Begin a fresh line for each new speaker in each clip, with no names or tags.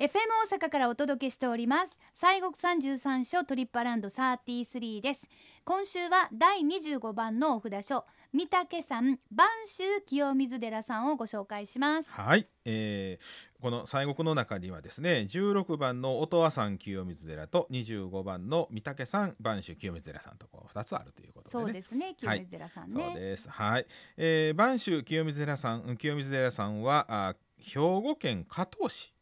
FM 大阪からお届けしております西国三十三所トリップアラウンド33です今週は第25番のお札書三宅さん播州清水寺さんをご紹介します
はい、えーこの西国の中にはですね16番の音羽山清水寺と25番の御嶽山播州清水寺さんとこう2つあるということで、ね、
そうですね清水寺さんね、
そうです。はい。えー、播州清水寺さん、うん清水寺さんはあ兵庫県加東市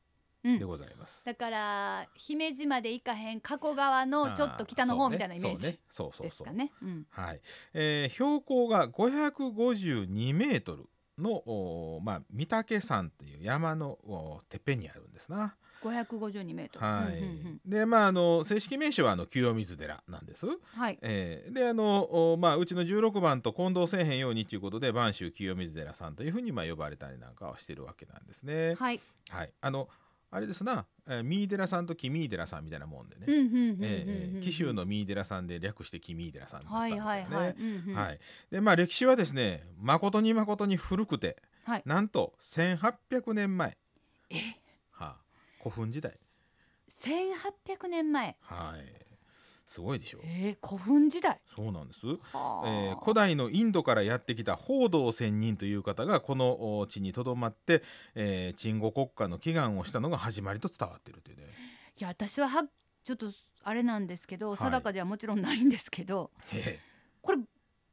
うん
でございます。
だから姫路まで行かへん加古川のちょっと北の
あ
方
ー
みたいなイメージ
そうねそうそう
で
そ
す
う
かねうん
はい。えー、標高が552メートルのおーまあ御嶽山という山のおーてっぺんにあるんですな。
552メートル
はい。
うんうんうん
でまああの正式名称はあの清水寺なんです。
はい
えーであの、おまあ、うちの16番と混同せえへんようにということで播州清水寺さんというふうにまあ呼ばれたりなんかはしてるわけなんですね。
はい
はい、あのあれですな、えー、三井寺さんと君井寺さんみたいなもんでね、
うんうんうんうんうん
えーえー紀州の三井寺さんで略して君井寺さんだったん
は
です
い
よね。
はいはいうんうん
はい、でまあ歴史はですね誠に誠に古くて、
はい
なんと1800年前、
え
はあ、古墳時代、
1800年前
はい、すごいでしょう。
えー、古墳時代
そうなんです。
はあ
えー古代のインドからやってきた報道仙人という方がこのお地にとどまって、えー鎮護国家の祈願をしたのが始まりと伝わっているというね。
いや私ははちょっとあれなんですけど
い
定かではもちろんないんですけど、
へ
これ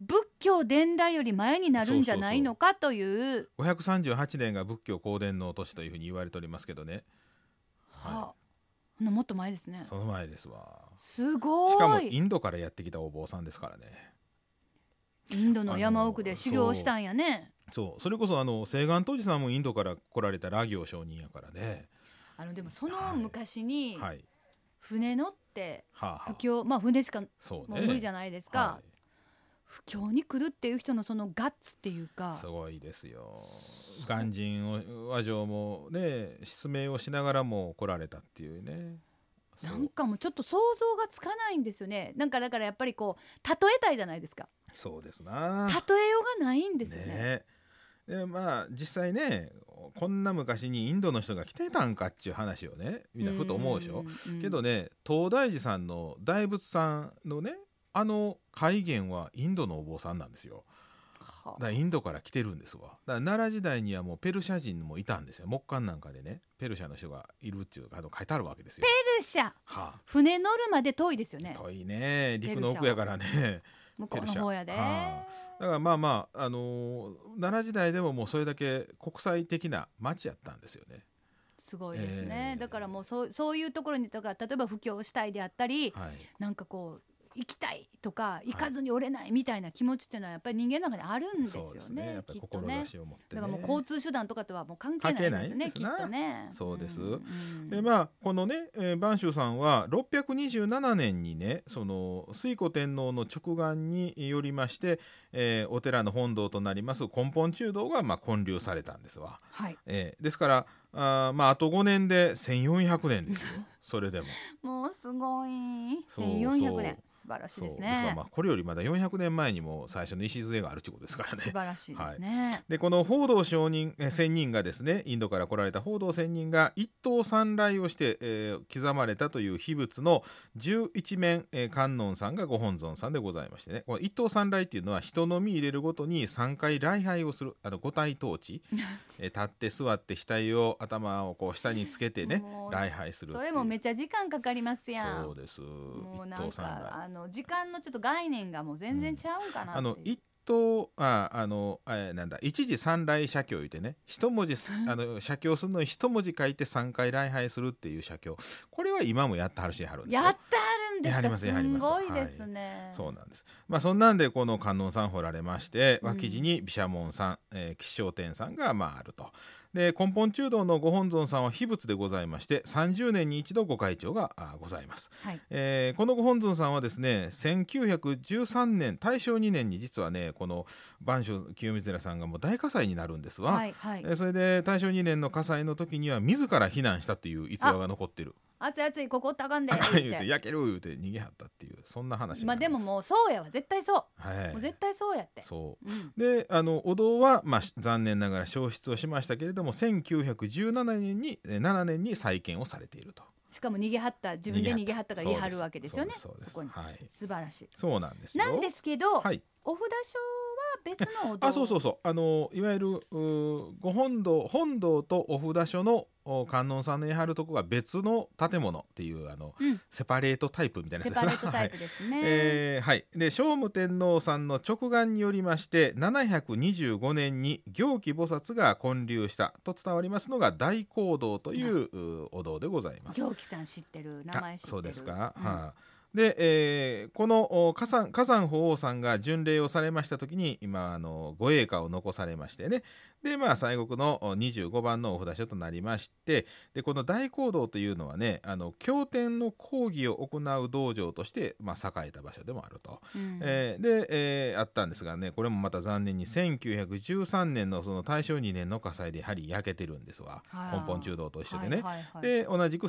仏教伝来より前になるんじゃないのかという
え538年が仏教公伝の年というふうに言われておりますけどねそうそう
はあほなもっと前ですね
その前ですわ
すごい
しかもインドからやってきたお坊さんですからね
インドの山奥で修行したんやね
そうそれこそあの西岸当時さんもインドから来られたラ行商人やからね
あのでもその
はい
昔に
はい
船乗って
はあ、はあ
不、況まあ船しかも
そう
う
ね
無理じゃ
ない
ないですか、不況に来るっていう人のそのガッツっていうか
すごいですよ鑑真を和上もね失明をしながらも来られたっていうねそう
なんかもうちょっと想像がつかないんですよねなんかだからやっぱりこう例えたいじゃないですか
そうですな
例えようがないんですよね
えでまあ実際ねこんな昔にインドの人が来てたんかっていう話をねみんなふと思うでしょ
んうん
けどね東大寺さんの大仏さんのねあの戒厳はインドのお坊さんなんですよ
は
だからインドから来てるんですわだから奈良時代にはもうペルシャ人もいたんですよ木簡なんかでねペルシャの人がいるっていうあの書いてあるわけですよ
ペルシャ
は
船乗るまで遠いですよ
あ
ね
遠いね陸の奥やからね
向こうの方やで
ペルシャはだからまあまあ、あのー奈良時代でももうそれだけ国際的な町やったんですよね。
すごいですね、
えー
だからもうそうそういうところにだから例えば布教したいであったり
はい、
なんかこう行きたいとか行かずに折れないみたいな気持ちっていうのはやっぱり人間の中であるんですよ
そうですね。や
ね
っぱ
き
り
っとね
志を持って、
だ
ね。
からもう交通手段とかとはもう関係ないですね
関係
き
ない
っ
ですな
とね
そうです
ん
でまあこのね、えー、播州さんは627年にねその推古天皇の直眼によりまして、えーお寺の本堂となります根本中堂がまあ建立されたんですわ。
はい
えーですからあーまああと5年で1400年ですよそ れでも。
もうすごい
そう
1400年素晴らしい
そう
です
ですから
ね
まあこれよりまだ400年前にも最初の礎があるということですからね
素。晴らしいですね
でこの報道商人えー仙人がですねインドから来られた報道仙人が一刀三来をして、えー刻まれたという秘仏の十一面、えー観音さんがご本尊さんでございましてねこの一刀三来っていうのは人の身入れるごとに3回礼拝をするあの五体統 治、えー立って座って額を頭をこう下につけてね
もう
礼拝するって
そ
い
れ
う
もめっちゃ時間かかりますやん
そうです
もう
一
なん
刀三来
かあの時間のちょっと概念がもう全然ちゃうんかなっていう、
あの一等ああのえーなんだ一時三来写経言ってね一文 字すあの写経するのに一文字書いて三回礼拝するっていう写経これは今もやってはるしやはるんですよ
やってあるんです
やり
か
ますすやります
ごいですね、
そうなんですまあそんなんでこの観音さん掘られまして
うん
脇地に毘沙門さん、えー、吉祥天さんがまああるとで根本中道のご本尊さんは秘仏でございまして30年に一度ご会長があございます
はい、
えーこのご本尊さんはですね1913年大正2年に実はねこの播州清水寺さんがもう大火災になるんですわ、
はいはい
えーそれで大正2年の火災の時には自ら避難したという逸話が残ってる
熱い熱いここおったらあかん で言
言う
ってて
焼ける言うて逃げはったっていうそんな話
まあでももうそうやわ絶対そう
う,、はい、
もう絶対そうやって
そう
うん
であのお堂は、まあ、し残念ながら消失をしましたけれどでも1917年にえー7年に再建をされていると
しかも逃げはった自分で逃げはったから言い張るわけですよね
そうです
こ
そう
に
ですはい
素晴らしい
そうなんですよ
なんですけど、
はい
お札所は別のお堂
あそうそうそうあのいわゆるうーご本堂本堂とお札所のお観音さんの言い張るとこが別の建物っていうあの
うん
セパレートタイプみたいな
セ
やつです
パ
な
レートタイプですね、
えーはい、で聖武天皇さんの直眼によりまして725年に行基菩薩が建立したと伝わりますのが大講堂といううお堂でございます。
行基さん知ってる名前知って
あ
る
そうですか、
うん
はいで、えーこのお火山火山法皇さんが巡礼をされました時に今あのご栄華を残されましてねでまあ西国のお25番のお札所となりましてでこの大講堂というのはねあの経典の講義を行う道場として、まあ、栄えた場所でもあると。
うん
えーで、えーあったんですがねこれもまた残念に1913年のその大正2年の火災でやはり焼けてるんですわ
はあ
根本中堂と一緒で
は
ね。
いはいはい
で同じく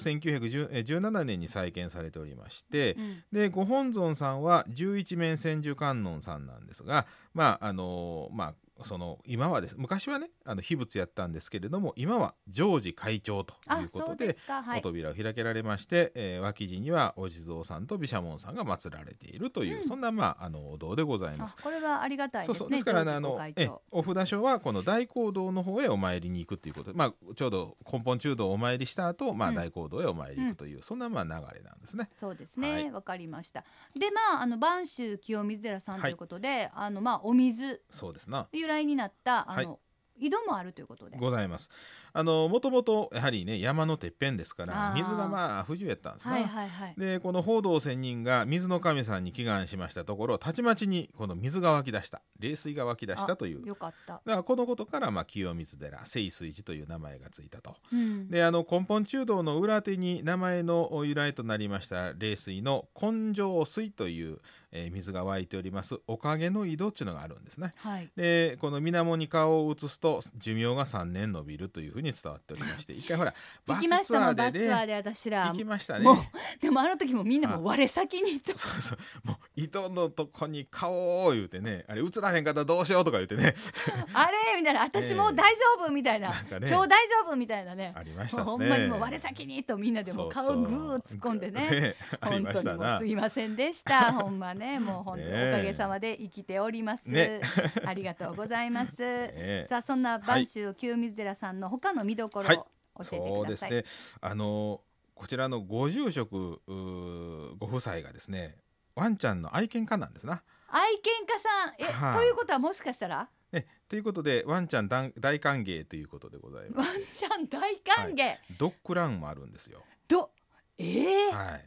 1917年に再建されておりまして、
うん
でご本尊さんは十一面千手観音さんなんですがまああのまあその今はです昔はねあの秘仏やったんですけれども今は常時会長とい
あ
うこ
そ
と
うで
です
かはい
お扉を開けられまして、えー脇地にはお地蔵さんと毘沙門さんが祀られているという、
うん
そんな、まあ、あのお堂でございま
あ
す。
これはありがたいです
そ
ね
うそうですからね
常
あ
時ご
の
会長
えお札所はこの大講堂の方へお参りに行くということで、まあ、ちょうど根本中堂をお参りした後、ま
う
あ
ん
大講堂へお参り行くという、そんなまあ流れなんですね。
そうですね、
は
わ
い
かりましたでまああの播州清水寺さんということで、あのまあお水
そうですな
由来になったあ
はい
の、井戸もあるということで
ございます。あのもともとやはりね山のてっぺんですか
あ
ら
ー
水がまあ不自由やったんですな。
はいはいはい
でこの報道仙人が水の神さんに祈願しましたところたちまちにこの水が湧き出した冷水が湧き出したという
よかった、
だからこのことから、まあ、清水寺清水寺という名前がついたと。
うん、
であの根本中道の裏手に名前の由来となりました冷水の根性水という、えー水が湧いておりますおかげの井戸っていうのがあるんですね。
はい
でこの水面に顔を移すと寿命が3年延びるというふうに伝わっておりまして一回ほら
行
バ
き
ス
まし
ツ
たも
ア
んバ
ー
ス
で
ツアー
ね
で私ら
行きましたね
も。うでもあの時もみんなもう我先にと
そうそうもう井戸のとこに顔を言うてねあれ映らへんかったらどうしようとか言ってね
あれみたいな私もう大丈夫みたいな、
なん かね
今日大丈夫みたいなね
ありました
も
で
う
す
ほん
ね
まにもう我先にとみんなでもう顔
そう
グ
そう
ー突っ込んでね
あり
本
ま
当
し
に
た
もう
な
すいませんで した。ほんまね、もう本当に
ねえ
おかげさまで生きております。
ね
ありがとうございます。
え
さあそんな播州清水寺さんの他の見どころを
はい
教え
そ
て
う
く
で
だ
す
さい。
ねあのこちらのご住職うーご夫妻がですねワンちゃんの愛犬家なんですな。
愛犬家さん、え、
はい
ということはもしかしたら
ね、ということでワンちゃん大大歓迎ということでございま
ワン
す。
ちゃん大歓迎。
ドッグランもあるんですよ。
ど、ええ
はい、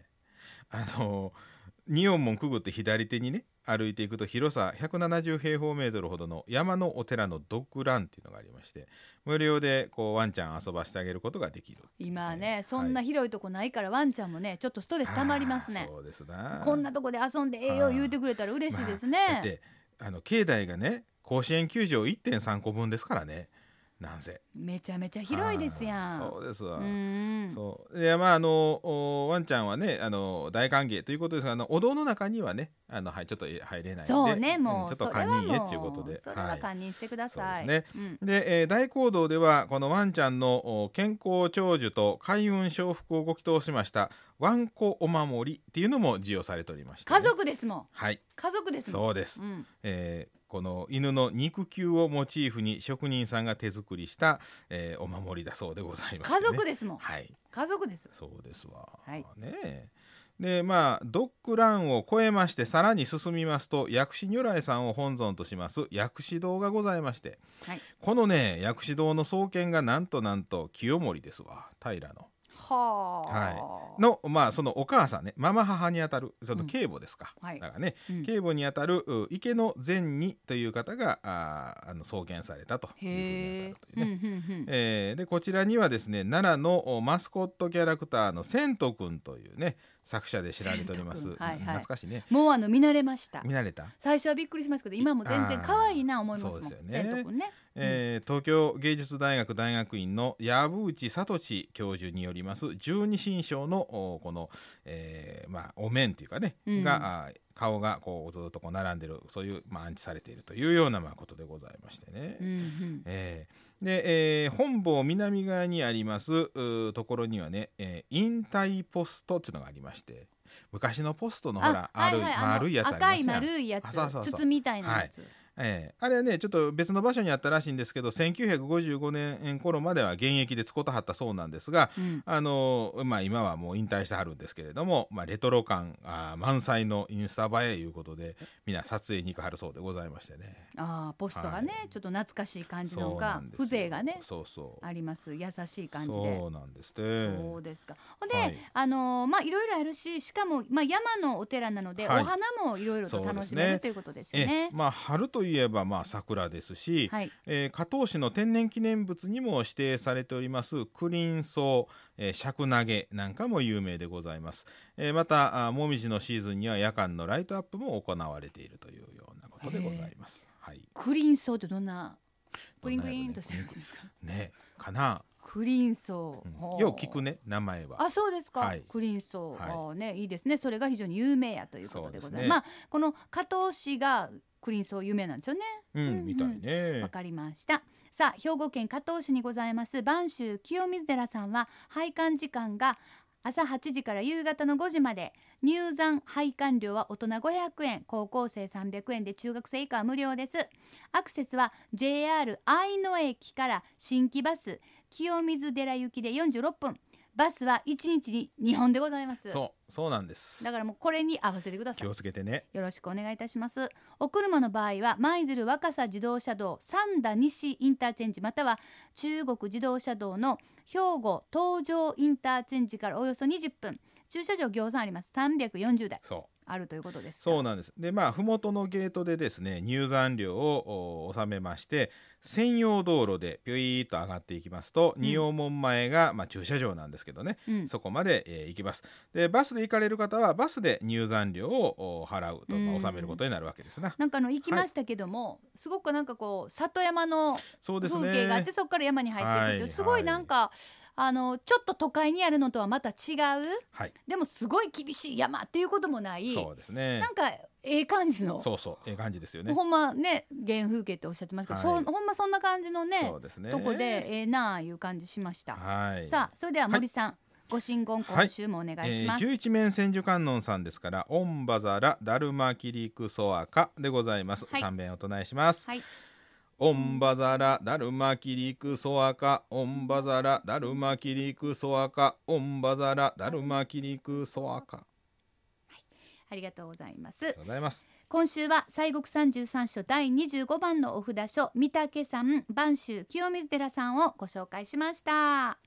あの二音門くぐって左手にね歩いていくと広さ170平方メートルほどの山のお寺のドッグランっていうのがありまして無料でこうワンちゃん遊ばしてあげることができる
今
は
ね
い
そんな広いとこないからワンちゃんもねちょっとストレス溜まります
あ
ね
ー。そうですな
こんなとこで遊んでええよ
はい
言うてくれたら嬉しいです
だ
ね。
ってあの境内がね甲子園球場1.3個分ですからねなんせ
めちゃめちゃ広いですやん。
はいそうですわ、
うんうん。
そうでまああのおワンちゃんはねあの大歓迎ということですがあのお堂の中にはねあのはいちょっとえ入れないんで
そうね、もう、
んちょっ
そ
と
れは
堪
も
忍へっていうことで
それは堪忍してください。
そうで
うん
で、えー大講堂ではこのワンちゃんのお健康長寿と開運承福をご祈祷しましたワンコお守りっていうのも授与されておりました、
家族ですもん、
はい
家族ですもん。
そうです、
うん、
えーこの犬の肉球をモチーフに職人さんが手作りした、えーお守りだそうでございます、ね、
家族ですもん、
はい
家族です。
そうですわ、
はい
ねえでまあドッグランを越えましてさらに進みますと薬師如来さんを本尊とします薬師堂がございまして、
はい
このね薬師堂の創建がなんとなんと清盛ですわ平の
はあ。
のまあそのお母さんねママ母にあたるその
うん
継母ですか、
はい
だからね、
うん
警母にあたるう池の善にという方があーあの創建されたというふう
へえうん
にあたるという
う
ね。
んうん。
えーでこちらにはですね奈良のおマスコットキャラクターの千とくんというね作者で知られております、
千とくんはいはい
懐かしいね
もうあの見慣れました。
見慣れた、
最初はびっくりしますけど、今も全然可愛いな思います
あー
もん。
そうですよ
生
ね
徒君ね。
えー東京芸術大学大学院の藪内聡教授によります十二神将のおこの、えーまあ、お面というかね、
うん
があー顔がこうずっとこう並んでるそういう、まあ、安置されているというようなまあことでございましてね。
うんうん。
えーで、えー本坊南側にありますうーところにはね、えー、引退ポストっていうのがありまして昔のポストのほら
は
あ
い
る、
はいあの
丸いやつあります
赤
やん
い丸いやつ
あそうそうそう
筒みたいなやつ、
ええあれはねちょっと別の場所にあったらしいんですけど1955年頃までは現役で使うとはったそうなんですが、
うん
あのまあ、今はもう引退してはるんですけれども、まあ、レトロ感あー満載のインスタ映えいうことでみんな撮影に行かはるそうでございましてね。
ああポストがね、
はい
ちょっと懐かしい感じの
そうな
が
んですよ
風情がね
そうそう
あります優しい感じで
そうなんですって
そうですか。ほんで、
はい
あのーまあいろいろあるし、しかもまあ山のお寺なので、
はい
お花もいろいろと楽しめ
そうです
る、
ね
ということですよ
ええ
ね。
まあ、春といえばまあ桜ですし、
はい。
えー加東市の天然記念物にも指定されておりますクリンソウ、えー、シャクナゲなんかも有名でございます、えーまたあもみじのシーズンには夜間のライトアップも行われているというようなことでございます、はい、
クリンソウってどんなク
ど
リ
ん
ン
な
ク
やろね
リンとしてるんですか。
ねかな、
クリンソ
う
ウ
ん。
ほう
よう聞く。ね名前は
あ、そうですか。
はい
クリンソウ、
はい
ああね、いいですね。それが非常に有名やということでございます。
そうですね
まあこの加東市がクリンソウ有名なんですよね。
うん、
うんうん
みたい
わ
ね
かりました。さあ兵庫県加東市にございます播州清水寺さんは拝観時間が朝8時から夕方の5時まで入山拝観料は大人500円高校生300円で中学生以下は無料ですアクセスは JR 愛野駅から新規バス清水寺行きで46分バスは1日に2本でございます
そうそうなんです
だからもうこれに合わせてください
気をつけてね
よろしくお願いいたします。お車の場合は舞鶴若狭自動車道三田西インターチェンジまたは中国自動車道の兵庫東上インターチェンジからおよそ20分駐車場餃子あります340台
そう
あるということですか。
そうなんです。で、まあ、麓のゲートでですね、入山料をお納めまして、専用道路でピュイーっと上がっていきますと、
ん
仁王門前が、まあ、駐車場なんですけどね、
うん
そこまで、えー行きます。で、バスで行かれる方は、バスで入山料をお払うと、ま
う
あ、
ん
納めることになるわけですな。
なんかあの行きましたけども、すごくなんかこう里山の
そうです
風
ね。
景があってそこから山に入っていくと
はい
すごいなんか、あのちょっと都会にあるのとはまた違う
はい、
でもすごい厳しい山っていうこともない
そうですね
な。んかええ感じの
そうそう、ええ感じですよね。
ほんまね原風景っておっしゃってますけど、
はい
そほんまそんな感じのね
そうですね。
とこでええなあいう感じしました、
はい。
さあそれでは森さん、ご神言今週もお願いします、
えー、11面千手観音さんですから「オンバザラダルマキリクソアカ」でございます、
はい
三遍お唱えします、
はい
オンバザラダルマキリクソアカオンバザラダルマキリクソアカオンバザラダルマキリクソアカ
ありがとうございま
ですございます
今週は西国三十三所第二十五番のお札書御嶽山播州清水寺さんをご紹介しました